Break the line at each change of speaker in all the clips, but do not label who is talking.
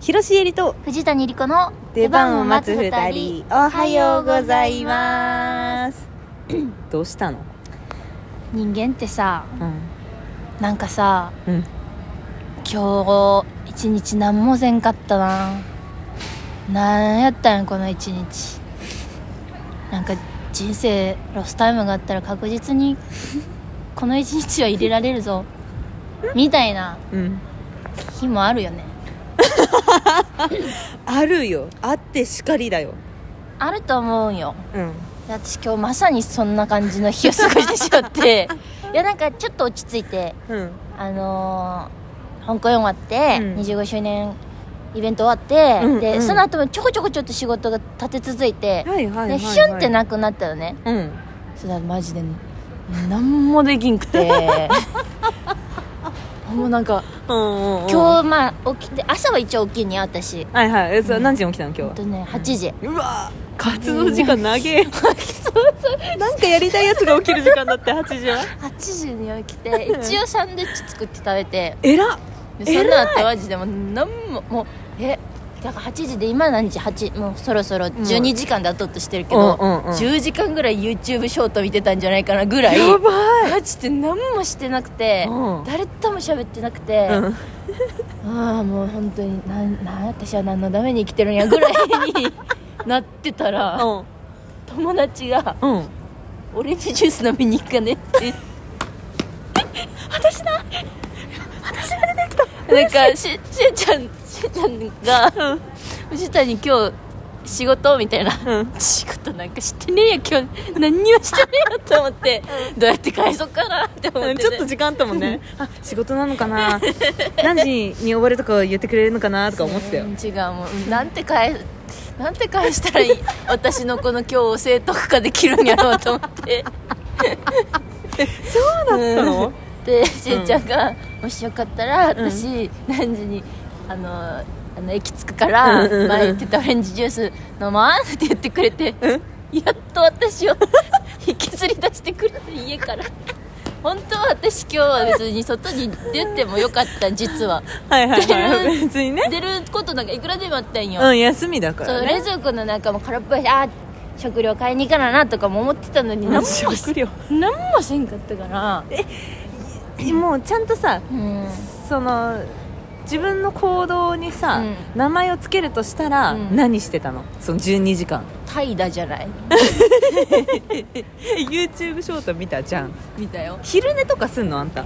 広重りと
藤谷莉子の
出番を待つ二人おはようございますどうしたの
人間ってさ
う
なんかさ
ん、うん、
今日一日何もせんかったななんやったんやこの一日なんか人生ロスタイムがあったら確実にこの一日は入れられるぞみたいな
うん、
日もあるよね
あるよあってしかりだよ
あると思うんよ
うん
私今日まさにそんな感じの日を過ごしてしまっていやなんかちょっと落ち着いて
うん
あのー香港終わって、
うん
25周年イベント終わって、
うんう
で
ん
その後もちょこちょこちょっと仕事が立て続いて、
はいはいはい、はい、
でヒュンってなくなったよね
うん
それマジで何もできんくて もうなんか
うんうん
今日まあ起きて朝は一応起きにあったし
はいはいえそれ何時に起きたの今日
ほん
は
とね8時
うわ活動時間長え なんかやりたいやつが起きる時間だって8時は
8時に起きて一応サンドイッチ作って食べて
えらっ
で
偉い
その後マジでもう何ももうえだから8時で今何時8もうそろそろ12時間でとっとしてるけど、
うんうんうん
10時間ぐらい YouTube ショート見てたんじゃないかなぐらい
やばい
マジで何もしてなくて、
うん
誰とも喋ってなくて、
うん
ああもう本当になんなん私は何のために生きてるんやぐらいになってたら、友達が
うんうん
「オレンジジュース飲みに行 くかね」って私だ私が出てきたなんかししーちゃんしーちゃんが藤谷今日仕事みたいな、
うん
仕事なんかしてねえよ今日何にもしてねえよと思ってどうやって返そうかなって思って、
う
ね、
んちょっと時間あったもんね あ仕事なのかな何時に呼ばれとか言ってくれるのかなとか思ってたよ
うん違うもうなんて返なんて返したらいい私のこの今日を正当化できるんやろうと思って
そうだったの
でしーちゃんが、もしよかったら
うん
私、何時にあのあの駅着くから
うんうんうん
前言ってたオレンジジュース飲まんって言ってくれて、やっと私を引きずり出してくれて家から本当は私今日は別に外に出てもよかった実は
はいはいは
出
い
る
別にね
出ることなんかいくらでもあったんよ、
うん休みだか
そ
ら
う冷
ね
蔵庫の中も空っぽやしあー食料買いに行かななとかも思ってたのに何もせ
うん食料
何もせんかったから
もうちゃんとさ
うん
その自分の行動にさ、
うん
名前をつけるとしたら、
うん
何してたのその12時間
怠惰じゃない
YouTube ショート見たじゃん
見たよ
昼寝とかすんのあんた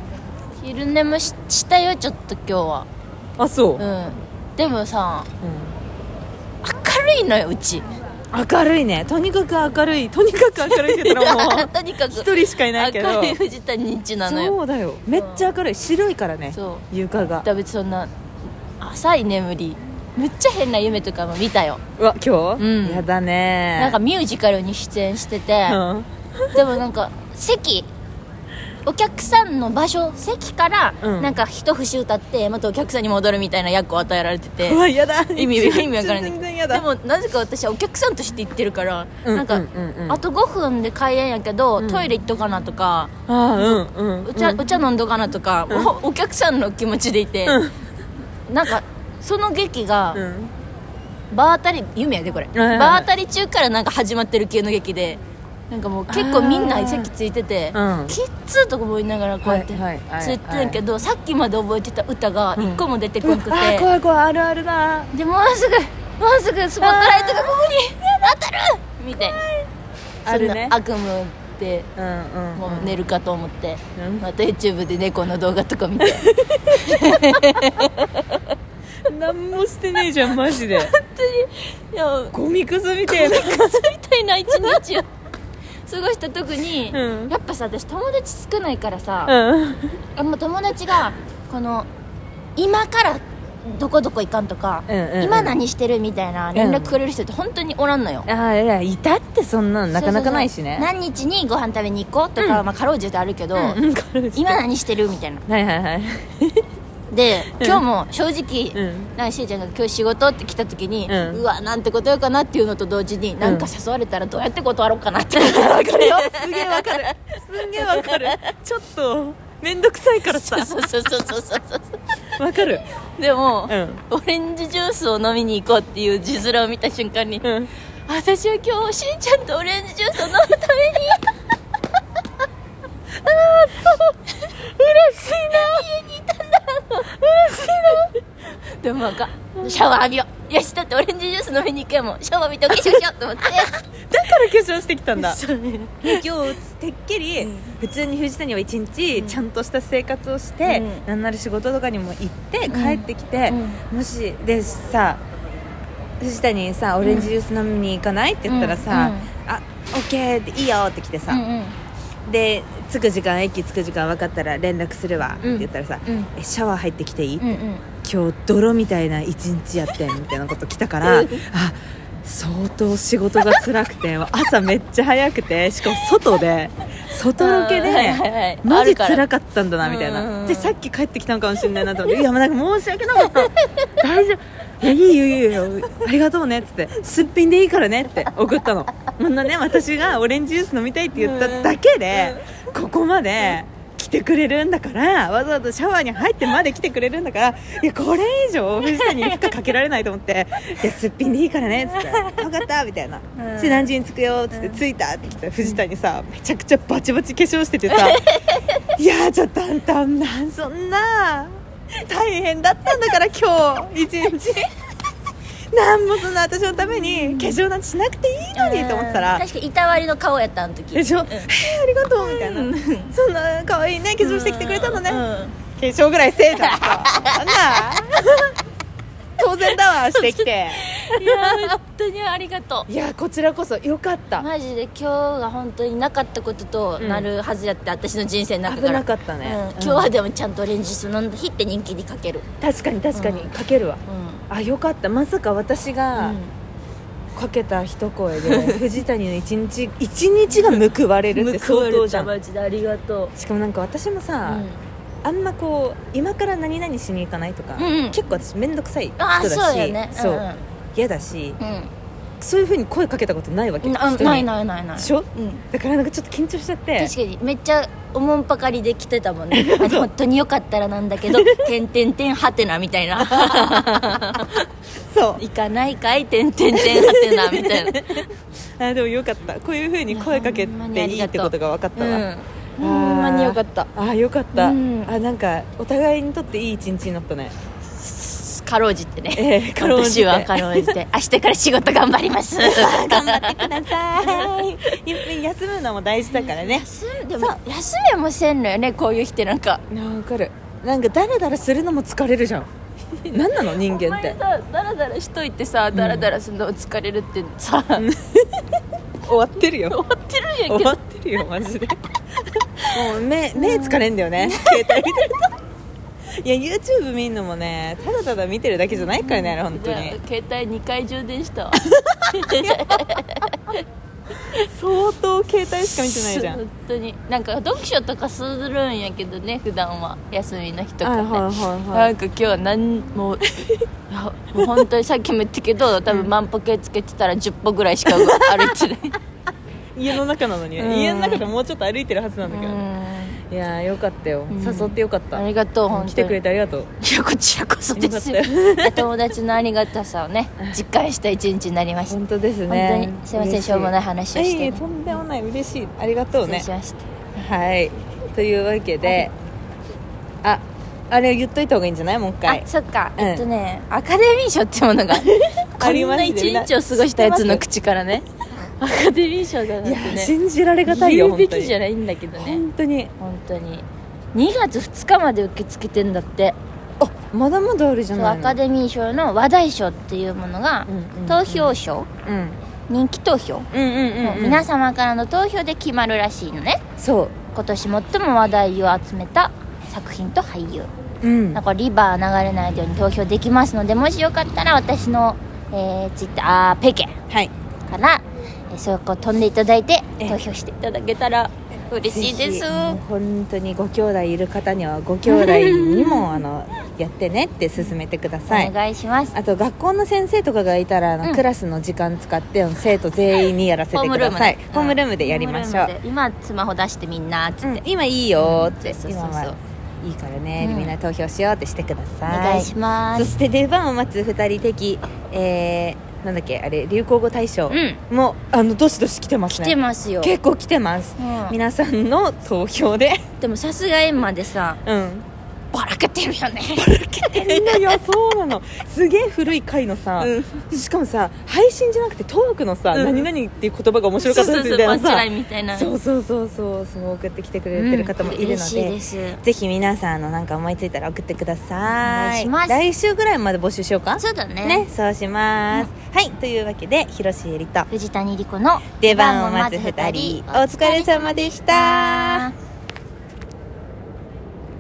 昼寝もししたよちょっと今日は
あそう、
うんでもさ
う
明るいのようち
ん明るいねとにかく明るいとにかく明 るいって言ったらもう
とにかく
一人しかいないけど
明るい藤谷んちなのよ
そうだよめっちゃ明るい白いからね
そう
床が
だから別にそんな浅い眠りめっちゃ変な夢とかも見たよ
うわ今日、
うん
やだね
なんかミュージカルに出演してて、
うん
でもなんか席お客さんの場所席から
うん
なんか一節歌ってまたお客さんに戻るみたいな役を与えられてて
うわやだ
意味意味わからない
全然やだ
でもなぜか私はお客さんとして行ってるから、
うん
なんか、
うんうんうん
あと5分で開演やけど、
うん
トイレ行っとかなとか
あーうんうん
お茶,、
うん
お茶飲んどかなとか、おお客さんの気持ちでいて、なんかその劇が、
うん
バー当たり夢やでこれ、
いはいはい
バー当たり中からなんか始まってる系の劇でなんかもう結構みんな席ついてて、
うん
キッズとか思いながらこうやって
はいはいはいはい
ついてんけど、さっきまで覚えてた歌が一個も出てこ
うわ
なくて、
あー怖い怖いあるあるだ
でもうすぐもうすぐスポットライトがここに当たるみたいな
あるね
そんな悪夢で
うんうん
もう寝るかと思って、
うん
また YouTube で猫の動画と か見て
何もしてねえじゃんマジ で
いやみ
ゴミくずみてえな
たいな一日を過ごした特に、
うん
やっぱさ私友達少ないからさ、
うん
あもう友達がこの今からどこどこ行かんとか、
うんうんうん
今何してるみたいな連絡くれる人って本当におらんのよ、
ああいやいたってそんなのなかなかないしね
そうそうそう何日にご飯食べに行こうとか、まあ、かろうじてあるけど、
うんうん軽いし
今何してるみたいな
はいはい はい
で今日も正直、
うん
なんかしーちゃんが今日仕事って来た時に、う
うん
わなんてことよかなっていうのと同時に、なんか誘われたらどうやって断ろうかなって思って
わかるよすげえわかるすげえわかるちょっと面倒くさいからさ
そうそうそうそうそうそう
わかる
でも、
うん
オレンジジュースを飲みに行こうっていう字面を見た瞬間に、
うん
私は今日しんちゃんとオレンジジュースを飲む ためにああそう嬉しいな家にいたんだ嬉しいなでもなんかシャワー浴びようよしだってオレンジジュース飲みに行くやもんシャワー浴びてお化粧しようと思って
だから化粧してきたんだ
そうね
今日てっきり普通に藤谷は一日ちゃんとした生活をして、
うん
なんなら仕事とかにも行って
うん
帰ってきて、もしでさ藤谷にさオレンジジュース飲みに行かないって言ったらさ「
うんうん
あオッケーっていいよ」って来てさ、
うんうん
で着く時間駅着く時間分かったら連絡するわって
うん
言ったらさ、
うん
えシャワー入ってきていい、
うんうん
今日泥みたいな一日やってんみたいなこと来たからあ相当仕事が辛くて朝めっちゃ早くてしかも外で外ロケ
うんはいはいは
で
い
マジ
あるから
辛かったんだなみたい
うんうんう
なんでさっき帰ってきたのかもしれないなと思って「いやもうなんか申し訳なかった大丈夫いやいいよいいよいいよありがとうね」っつって「すっぴんでいいからね」って送ったのこんなね私がオレンジジュース飲みたいって言っただけでここまで来てくれるんだからわざわざシャワーに入ってまで来てくれるんだからいやこれ以上藤田に負荷かけられないと思って「いやすっぴんでいいからね」っつって「分かった」みたいな「
うん
で何時に着くよ」っつって「着いた」って来たら藤田にさめちゃくちゃバチバチ化粧しててさ「いやーちょっとあんたなんそんな大変だったんだから今日一日」なんもそんな私のために化粧なんてしなくていいのにと思ってたら
確かにいたわりの顔やったあの時
でしょ、
うん
えーありがとうみたいな、そんな可愛いね化粧してきてくれたのね、
うん
化粧ぐらいせえだとあんな当然だわしてき て
いや本当にありがとう
いやこちらこそよかった
マジで今日が本当になかったこととなるはずやって、私の人生の中から
危なかったね
うん
うん
今日はでもちゃんとオレンジジュース飲んで日って人気にかける
確かに確かに、
うん
かけるわ
うん
あよかったまさか私がかけた一声で、 藤谷の一日一日が報われるって
報わ
相当
れ
じゃ
た
ん
マジでありがとう
しかもなんか私もさ、あんまこう今から何々しに行かないとか、
うんうん
結構私面倒くさい人
あ
だ
あ
し
そうやね
そう
うん
嫌だし
うん、
そういうふうに声かけたことないわけ
うんな
人に
ないないないない
でしょ
うん
だからなんかちょっと緊張しちゃって
確かにめっちゃおもんぱかりで来てたもんねあの本当によかったらなんだけど「てんてんてんはてな」みたいな
そう
「行かないかいてんてんてんはてな」みたいな
あでもよかったこういうふうに声かけ
いやほんまに
て
あ
い
り
いっ
が
て
と
こ
う
とが分かった
う
わ、
んほんまによかった
あーよかった、
うん
あなんかお互いにとっていい一日になったね
かろうじてね
えー、かろうじて
私はかろうじて明日から仕事頑張ります
頑張ってくださ いやっぱり休むのも大事だからね
休んでも休めもせんのよねこういう日ってなんか
わかるなんかダラダラするのも疲れるじゃん何なの人間って
さダラダラしといてさダラダラするの疲れるってさ、
終わってるよ
思ってるんやけ
終
ど
わってるよマジ でもう目目疲れんだよね携帯見てるといや YouTube 見んのもねただただ見てるだけじゃないからねあれ本当に
携帯2回充 電したわ
相当携帯しか見てないじゃん
本当になんか読書とかするんやけどね普段は休みの日とかね、
は
なんか今日は何もう いやもう本当にさっきも言ったけど多分万歩計つけてたら10歩ぐらいしか歩いてない
い家の中なのに、
うん
家の中でもうちょっと歩いてるはずなんだけど、
う
いやーよかったよ、
ん
誘ってよかっ
ん
た
ありがとう本当に
来てくれてありがとう
いやこちらこそですよ
よか
お友達のありがたさをね実感した一日になりました
本当ですね
本当にすいませんしょうもない話をしてね
いえいえとんでもない嬉しいありがとう
失礼
ね
しました
はいというわけでああれ言っといた方がいいんじゃないもう一回
あそっか、
うん
えっとねアカデミー賞ってものがこ
あり
ん
ま
な
す
一
よね
日を過ごしたやつの口からねアカデミー賞だなん
い
て
や
ね
信じられがたいよ
言うべ
本当
きじゃ
に
ないんだけどね
本当に
本当に2月2日まで受け付けてんだって
あまだまだあるじゃ
そう
ない
ア
の
カデミー賞の話題賞っていうものが、
うんうんうん
投票賞
うん
人気投票
うんうんうん
の
うん
皆様からの投票で決まるらしいのね、
そ
今年最も話題を集めた作品と俳優
ううん
なんかリバー流れないように投票できますのでもしよかったら私の、えー、ツイッターあーペケ
はい
から、えー、そこ飛んでいただいて
え
投票していただけたら嬉しいで
ぜひ
す
もう本当にご兄弟いる方にはご兄弟にもあのやってねって勧めてください
お願いします
あと学校の先生とかがいたらあの、
うん
クラスの時間使って生徒全員にやらせてください
ね
ホームルームでやりましょう
ホームルームで今スマホ出してみんなっつって、
うん今いいよーっ
そう
て
そうそう
今はいいからね、
うん
みんな投票しようってしてくだ
お
さい
願いしま
そ
す
して出番を待つ2人的、えー、なんだっけあれ流行語大賞
うん
も、あのどしどし来てます
来
ね
てますよ、
結構来てます、
うん、
皆さんの投票で
でもさすが今までさ
うん
ばらけてるよ ね
いやそうなのすげえ古い回のさ、
うん
しかもさ配信じゃなくてトークのさ、
うん
何々っていう言葉が面白か
そう
った
そ
ですみ
うそう
たいな
バッチラ
さ
イみたいな
そうそうそうそうそう送ってきてくれてる方もいるの
嬉しい
で,、
です
ぜひ皆さんあのなんか思いついたら送ってください
お願いします
来週ぐらいまで募集しようか
そうだね
ねそうします、はいというわけで広瀬えりと
藤谷莉子の
出番を待つ2人お疲れ様でした
た